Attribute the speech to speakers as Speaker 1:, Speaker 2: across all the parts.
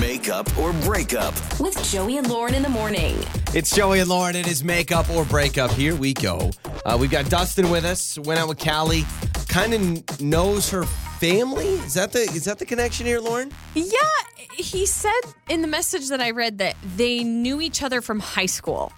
Speaker 1: Makeup or breakup.
Speaker 2: with Joey and Lauren in the morning.
Speaker 3: It's Joey and Lauren. It is makeup or breakup. Here we go. Uh, we've got Dustin with us. Went out with Callie. Kind of knows her family. Is that the is that the connection here, Lauren?
Speaker 4: Yeah, he said in the message that I read that they knew each other from high school,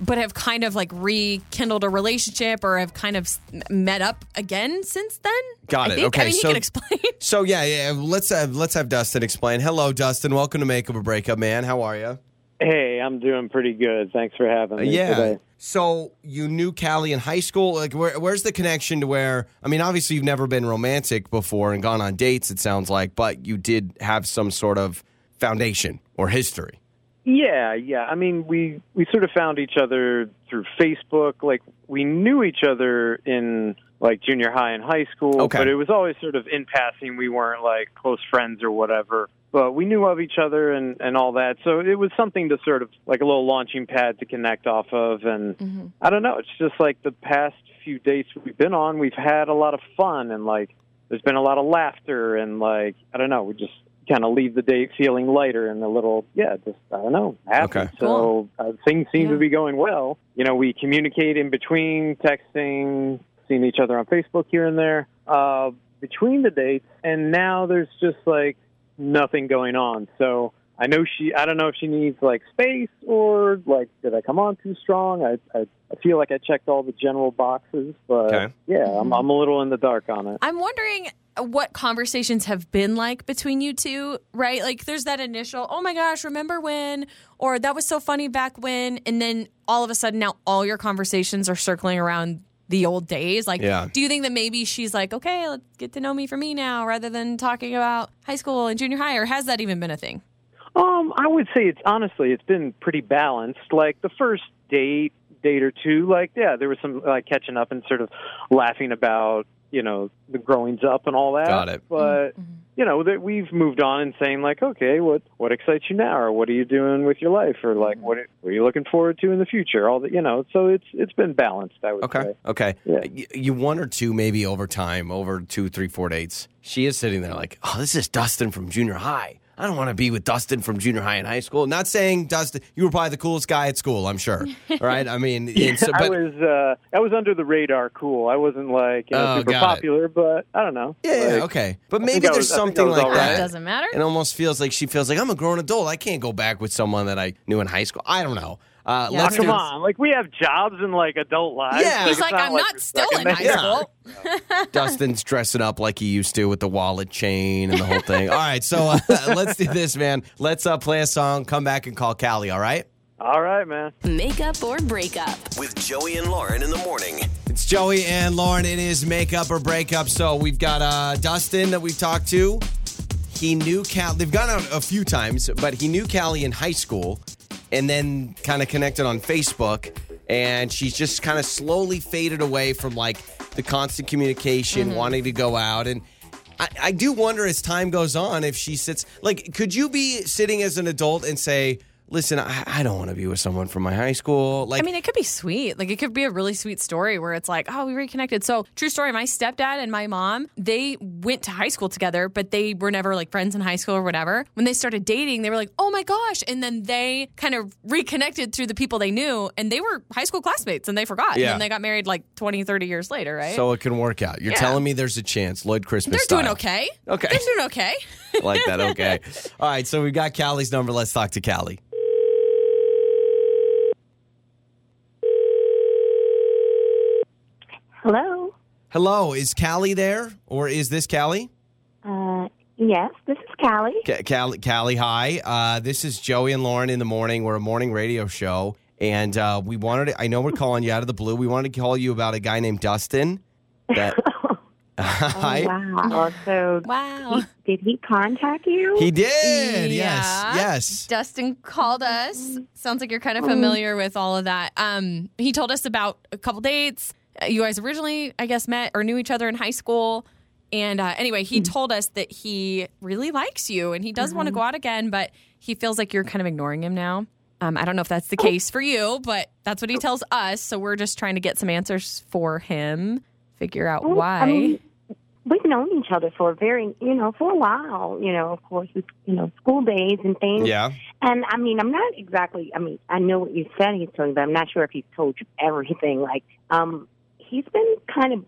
Speaker 4: but have kind of like rekindled a relationship or have kind of s- met up again since then.
Speaker 3: Got
Speaker 4: I
Speaker 3: it.
Speaker 4: think.
Speaker 3: Okay,
Speaker 4: I mean, he
Speaker 3: so-
Speaker 4: can explain.
Speaker 3: So yeah, yeah. Let's have, let's have Dustin explain. Hello, Dustin. Welcome to Makeup or Breakup, man. How are you?
Speaker 5: Hey, I'm doing pretty good. Thanks for having me today.
Speaker 3: So you knew Callie in high school. Like, where, where's the connection to where? I mean, obviously you've never been romantic before and gone on dates. It sounds like, but you did have some sort of foundation or history.
Speaker 5: Yeah, yeah. I mean, we we sort of found each other through Facebook. Like we knew each other in like junior high and high school,
Speaker 3: Okay.
Speaker 5: but it was always sort of in passing. We weren't like close friends or whatever. But we knew of each other and and all that. So it was something to sort of like a little launching pad to connect off of and I don't know, it's just like the past few dates we've been on, we've had a lot of fun and like there's been a lot of laughter and like I don't know, we just kind of leave the date feeling lighter and a little yeah, just I don't know, happy.
Speaker 3: Okay.
Speaker 5: So uh, things seem
Speaker 4: Yeah.
Speaker 5: to be going well. You know, we communicate in between texting, seeing each other on Facebook here and there uh, between the dates, and now there's just like nothing going on. So. I know she. I don't know if she needs like space or like did I come on too strong? I I, I feel like I checked all the general boxes, but
Speaker 3: Okay.
Speaker 5: yeah, I'm I'm a little in the dark on it.
Speaker 4: I'm wondering what conversations have been like between you two, right? Like there's that initial, oh my gosh, remember when, or that was so funny back when, and then all of a sudden now all your conversations are circling around the old days. Like,
Speaker 3: Yeah.
Speaker 4: do you think that maybe she's like, okay, let's get to know me for me now, rather than talking about high school and junior high, or has that even been a thing?
Speaker 5: Um, I would say it's honestly it's been pretty balanced. Like the first date, date or two, like yeah, there was some like catching up and sort of laughing about you know the growings up and all that.
Speaker 3: Got it.
Speaker 5: But you know that we've moved on and saying like, okay, what what excites you now, or what are you doing with your life, or like what are- what are you looking forward to in the future? All that you know. So it's it's been balanced. I would
Speaker 3: Okay.
Speaker 5: say.
Speaker 3: Okay.
Speaker 5: Yeah.
Speaker 3: Y- You one or two maybe over time, over two, three, four dates. She is sitting there like, oh, this is Dustin from junior high. I don't want to be with Dustin from junior high and high school. Not saying Dustin, you were probably the coolest guy at school. I'm sure. All right. I mean, and so-
Speaker 5: I
Speaker 3: but
Speaker 5: was uh, I was under the radar, cool. I wasn't like you know,
Speaker 3: Oh,
Speaker 5: super
Speaker 3: got it.
Speaker 5: popular, but I don't know.
Speaker 3: yeah, yeah,
Speaker 5: Like,
Speaker 3: okay. But
Speaker 5: think
Speaker 3: maybe
Speaker 5: I
Speaker 3: there's
Speaker 5: was- I think I
Speaker 3: something
Speaker 5: was
Speaker 3: like
Speaker 5: all right.
Speaker 3: that.
Speaker 4: It doesn't matter.
Speaker 3: It almost feels like she feels like I'm a grown adult. I can't go back with someone that I knew in high school. I don't know. Uh,
Speaker 4: Yeah.
Speaker 3: let's
Speaker 5: Come
Speaker 3: do-
Speaker 5: on, like we have jobs and like adult lives.
Speaker 3: Yeah.
Speaker 4: He's
Speaker 5: it's
Speaker 4: like, I'm not
Speaker 5: we're
Speaker 4: still
Speaker 5: stuck
Speaker 4: in high
Speaker 5: there."
Speaker 4: school.
Speaker 3: Dustin's dressing up like he used to with the wallet chain and the whole thing. All right, so uh, let's do this, man. Let's uh, play a song, come back and call Callie, all right?
Speaker 5: All right, man.
Speaker 2: Makeup or breakup.
Speaker 1: With Joey and Lauren in the morning.
Speaker 3: It's Joey and Lauren. It is Makeup or Breakup. So we've got uh, Dustin that we've talked to. He knew Cal. They've gone out a few times, but he knew Callie in high school and then kind of connected on Facebook. And she's just kind of slowly faded away from like the constant
Speaker 4: Mm-hmm.
Speaker 3: communication, wanting to go out. And I, I do wonder as time goes on if she sits, like, could you be sitting as an adult and say, listen, I, I don't want to be with someone from my high school? Like,
Speaker 4: I mean, it could be sweet. Like, it could be a really sweet story where it's like, oh, we reconnected. So, true story my stepdad and my mom, they went to high school together, but they were never like friends in high school or whatever. When they started dating, they were like, oh my gosh. And then they kind of reconnected through the people they knew, and they were high school classmates and they forgot.
Speaker 3: Yeah.
Speaker 4: And then they got married like 20, 30 years later, right?
Speaker 3: So it can work out. You're
Speaker 4: Yeah.
Speaker 3: telling me there's a chance. Lloyd Christmas.
Speaker 4: they're doing
Speaker 3: style.
Speaker 4: okay.
Speaker 3: Okay.
Speaker 4: They're doing okay.
Speaker 3: like that. Okay. All right. So we've got Callie's number. Let's talk to Callie.
Speaker 6: Hello.
Speaker 3: Hello. Is Callie there or is this Callie?
Speaker 6: Uh, yes, this is Callie.
Speaker 3: Ca- Callie, Callie hi. Uh, this is Joey and Lauren in the morning. We're a morning radio show. And uh, we wanted to, I know we're calling you out of the blue. We wanted to call you about a guy named Dustin. That,
Speaker 4: Oh,
Speaker 3: hi.
Speaker 6: Wow. So,
Speaker 4: Wow.
Speaker 6: did he contact you?
Speaker 3: He did.
Speaker 4: Yeah.
Speaker 3: Yes. Yes.
Speaker 4: Dustin called us. Sounds like you're kind of familiar with all of that. Um, he told us about a couple dates. Uh, You guys originally, I guess, met or knew each other in high school. And uh, anyway,
Speaker 3: Hmm.
Speaker 4: he told us that he really likes you and he does want to
Speaker 3: Mm-hmm.
Speaker 4: go out again, but he feels like you're kind of ignoring him now. Um, I don't know if that's the case for you, but that's what he tells us. So we're just trying to get some answers for him, figure out
Speaker 6: I
Speaker 4: why.
Speaker 6: mean, we've known each other for a very, you know, for a while. You know, of course, we, you know, school days and things.
Speaker 3: Yeah.
Speaker 6: And I mean, I'm not exactly. I mean, I know what you said he's told you, but I'm not sure if he's told you everything. Like, um, he's been kind of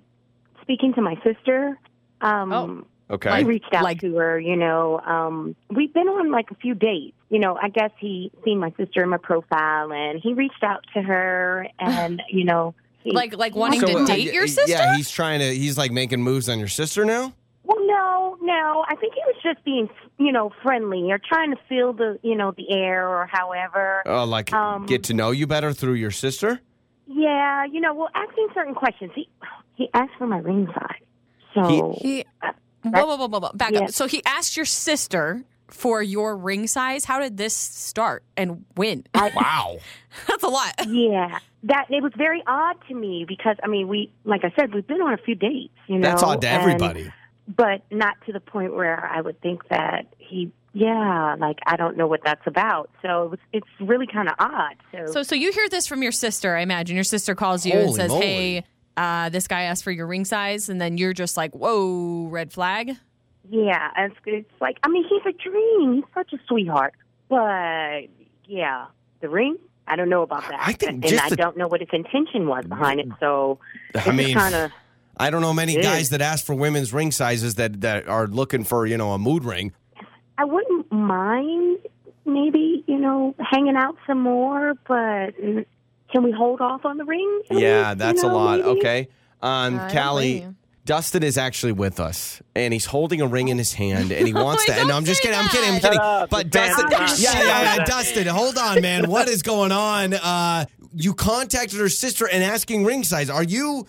Speaker 6: speaking to my sister. Um,
Speaker 4: Oh.
Speaker 6: I
Speaker 3: Okay.
Speaker 6: reached out
Speaker 4: Like-
Speaker 6: to her, you know. Um, we've been on like a few dates. You know, I guess he seen my sister in my profile and he reached out to her and, you know, he,
Speaker 4: Like like wanting to
Speaker 3: uh,
Speaker 4: date
Speaker 3: y-
Speaker 4: your
Speaker 3: y-
Speaker 4: sister?
Speaker 3: Yeah, he's trying to. He's like making moves on your sister now.
Speaker 6: well, no, no. I think he was just being, you know, friendly or trying to feel the, you know, the air or however.
Speaker 3: Uh, like
Speaker 6: Um,
Speaker 3: get to know you better through your sister.
Speaker 6: yeah, you know, well, asking certain questions. He he asked for my ring size. So
Speaker 4: He, whoa, whoa, whoa, whoa, whoa. Back
Speaker 6: Yeah.
Speaker 4: up. So he asked your sister for your ring size. How did this start and when?
Speaker 3: Wow.
Speaker 4: That's a lot.
Speaker 6: yeah, that it was very odd to me because I mean, we like I said, we've been on a few dates. You know,
Speaker 3: That's odd to
Speaker 6: and-
Speaker 3: everybody.
Speaker 6: but not to the point where I would think that he, yeah, like I don't know what that's about. So it was, it's really kind of odd. So,
Speaker 4: So so you hear this from your sister, I imagine. Your sister calls you and
Speaker 3: Holy
Speaker 4: says,
Speaker 3: moly.
Speaker 4: Hey, uh, this guy asked for your ring size, and then you're just like, Whoa, red flag.
Speaker 6: yeah, it's, it's like I mean he's a dream. He's such a sweetheart. But yeah, the ring. I don't know about that.
Speaker 3: I think
Speaker 6: and,
Speaker 3: just
Speaker 6: I
Speaker 3: the- Mm.
Speaker 6: don't know what his intention was behind it. So
Speaker 3: I mean,
Speaker 6: kind of
Speaker 3: I don't know many
Speaker 6: Yeah.
Speaker 3: guys that ask for women's ring sizes that that are looking for you know a mood ring.
Speaker 6: I wouldn't mind maybe you know hanging out some more, but mm, can we hold off on the ring? at least,
Speaker 3: Yeah,
Speaker 6: you
Speaker 3: that's a
Speaker 6: know,
Speaker 3: lot.
Speaker 6: maybe?
Speaker 3: Okay. Um,
Speaker 4: I don't blame
Speaker 3: Callie,
Speaker 4: you.
Speaker 3: Dustin is actually with us, and he's holding a ring in his hand, and he wants
Speaker 4: Oh my
Speaker 3: to. And
Speaker 4: God,
Speaker 3: I'm just
Speaker 4: say
Speaker 3: kidding. I'm kidding. I'm
Speaker 4: that.
Speaker 3: kidding.
Speaker 5: up,
Speaker 3: But
Speaker 5: it's
Speaker 3: Dustin,
Speaker 5: bad time.
Speaker 3: yeah, yeah, yeah,
Speaker 5: Shut
Speaker 3: Dustin, hold on, man. What is going on? Uh, you contacted her sister and asking ring size. Are you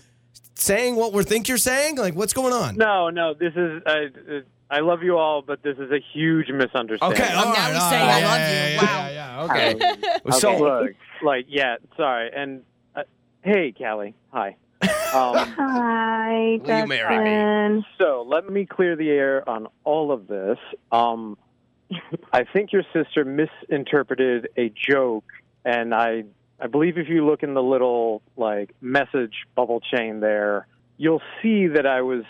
Speaker 3: saying what we think you're saying? Like, what's going on?
Speaker 5: No, no, this is. Uh, uh, I love you all, but this is a huge misunderstanding.
Speaker 3: Okay. all
Speaker 4: now
Speaker 3: right,
Speaker 4: he's
Speaker 3: all
Speaker 4: saying,
Speaker 3: right,
Speaker 4: "I
Speaker 3: yeah,
Speaker 4: love
Speaker 3: yeah,
Speaker 4: you."
Speaker 3: yeah,
Speaker 4: Wow.
Speaker 3: yeah, yeah, okay.
Speaker 5: So
Speaker 3: So,
Speaker 5: look, like, yeah, sorry. And uh, hey, Callie, hi. Um,
Speaker 6: Hi,
Speaker 3: Will you marry me?
Speaker 6: Dustin.
Speaker 5: so let me clear the air on all of this. Um, I think your sister misinterpreted a joke, and I, I believe if you look in the little like message bubble chain there, you'll see that I was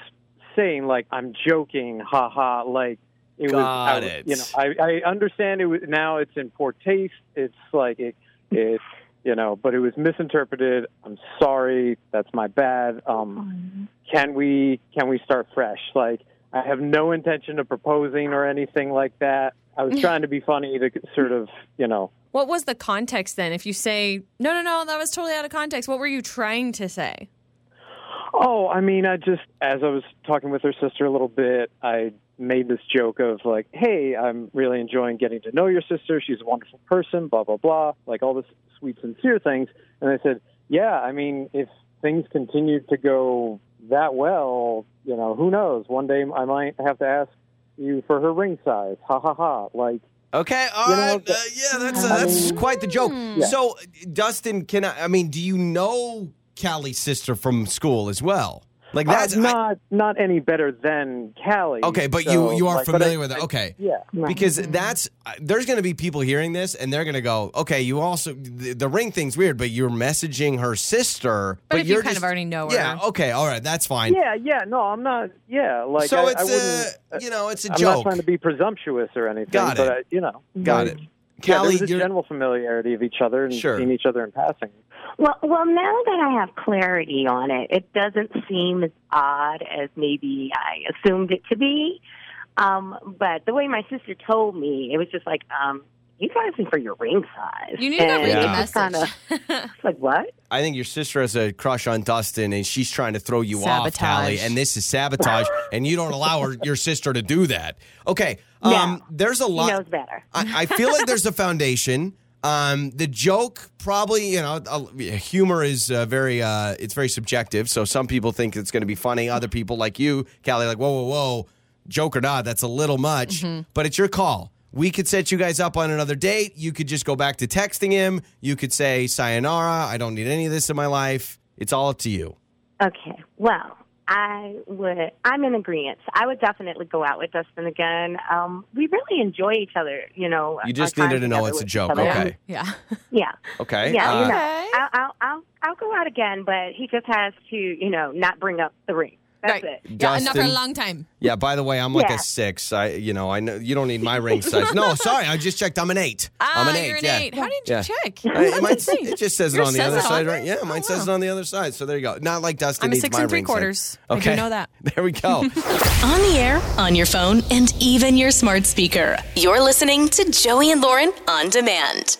Speaker 5: saying like I'm joking, haha, like. It was, I
Speaker 3: Got
Speaker 5: was-
Speaker 3: it.
Speaker 5: you know, I, I understand it was now it's in poor taste. It's like it, it, you know, but it was misinterpreted. I'm sorry, that's my bad. Um, can we can we start fresh like i have no intention of proposing or anything like that i was trying to be funny to sort of you know
Speaker 4: What was the context then? If you say, No, no, no, that was totally out of context, what were you trying to say?
Speaker 5: oh i mean i just as i was talking with her sister a little bit i made this joke of like hey i'm really enjoying getting to know your sister she's a wonderful person blah blah blah like all this sweet sincere things and i said yeah i mean if things continue to go that well you know who knows one day i might have to ask you for her ring size ha ha ha like
Speaker 3: Okay, all
Speaker 5: You know,
Speaker 3: right.
Speaker 5: the-
Speaker 3: Uh, yeah, that's uh, that's quite the joke.
Speaker 4: hmm.
Speaker 3: So, Dustin, can I? I mean, do you know Callie's sister from school as well? Like
Speaker 5: Uh,
Speaker 3: that's I-
Speaker 5: not not any better than Callie.
Speaker 3: okay, but
Speaker 5: so,
Speaker 3: you you are
Speaker 5: like, but
Speaker 3: familiar
Speaker 5: I-
Speaker 3: with it.
Speaker 5: I-
Speaker 3: Okay,
Speaker 5: Yeah.
Speaker 3: because that's uh, there's going to be people hearing this and they're going to go, okay, you also the, the ring thing's weird, but you're messaging her sister, but,
Speaker 4: if you
Speaker 3: you're
Speaker 4: kind of
Speaker 3: just-
Speaker 4: already know her.
Speaker 3: Yeah, okay, all right, that's fine.
Speaker 5: Yeah, yeah. No, I'm not. Yeah, like
Speaker 3: so
Speaker 5: I, I
Speaker 3: it's a
Speaker 5: wouldn't.
Speaker 3: you know it's a
Speaker 5: I'm not
Speaker 3: joke.
Speaker 5: trying to be presumptuous or anything.
Speaker 3: Got
Speaker 5: But
Speaker 3: it.
Speaker 5: I, you know,
Speaker 3: Got
Speaker 5: like,
Speaker 3: it.
Speaker 5: Yeah,
Speaker 3: Callie,
Speaker 5: there's a
Speaker 3: you're-
Speaker 5: general familiarity of each other and
Speaker 3: Sure.
Speaker 5: seeing each other in passing.
Speaker 6: Well, well, now that I have clarity on it, it doesn't seem as odd as maybe I assumed it to be. Um, but the way my sister told me, it was just like, um, you guys asking for your ring size.
Speaker 4: You need to
Speaker 6: And
Speaker 4: read
Speaker 6: it's
Speaker 4: the
Speaker 3: Yeah.
Speaker 6: just
Speaker 4: message.
Speaker 6: kinda- it's like what?
Speaker 3: I think your sister has a crush on Dustin, and she's trying to throw you off,
Speaker 4: Sabotage.
Speaker 3: Callie. And this is sabotage, and you don't allow her, your sister to do that. Okay, um,
Speaker 6: No.
Speaker 3: there's a
Speaker 6: He
Speaker 3: lot.
Speaker 6: knows better.
Speaker 3: I, I feel like there's a foundation. Um, the joke probably, you know, uh, humor is uh, very, uh, it's very subjective. So some people think it's going to be funny. Other people, like you, Callie, like whoa, whoa, whoa, joke or not, that's a little much. But it's your call. We could set you guys up on another date. You could just go back to texting him. You could say sayonara. I don't need any of this in my life. It's all up to you.
Speaker 6: Okay. Well, I would. I'm in agreement. I would definitely go out with Dustin again. Um, we really enjoy each other. You know.
Speaker 3: You just
Speaker 6: our
Speaker 3: needed
Speaker 6: time
Speaker 3: to know
Speaker 6: together
Speaker 3: it's a
Speaker 6: with each
Speaker 3: joke,
Speaker 6: other.
Speaker 3: oh, okay.
Speaker 4: Yeah.
Speaker 6: Yeah.
Speaker 3: Okay.
Speaker 6: Yeah.
Speaker 3: Uh,
Speaker 6: you know, I'll, I'll I'll I'll go out again, but he just has to you know not bring up the ring. That's
Speaker 4: right.
Speaker 6: it.
Speaker 4: Yeah, not for a
Speaker 3: Dustin.
Speaker 4: long time.
Speaker 3: Yeah, by the way, I'm like
Speaker 6: Yeah.
Speaker 3: a six. I, you know, I know you don't need my ring size. No, sorry, I just checked. I'm an eight. I'm
Speaker 4: Ah,
Speaker 3: an 8
Speaker 4: you're an
Speaker 3: yeah.
Speaker 4: eight. How did you
Speaker 3: Yeah.
Speaker 4: check?
Speaker 3: Uh, it, might, it just says it
Speaker 4: Yours
Speaker 3: on the
Speaker 4: says
Speaker 3: other
Speaker 4: it on
Speaker 3: side,
Speaker 4: there?
Speaker 3: right? Yeah,
Speaker 4: Oh,
Speaker 3: mine
Speaker 4: wow.
Speaker 3: says it on the other side. So there you go. Not like Dustin
Speaker 4: I'm a
Speaker 3: needs
Speaker 4: six
Speaker 3: my
Speaker 4: and three
Speaker 3: ring size.
Speaker 4: quarters. I do
Speaker 3: Okay,
Speaker 4: know that.
Speaker 3: There we go.
Speaker 2: On the air, on your phone, and even your smart speaker. You're listening to Joey and Lauren on demand.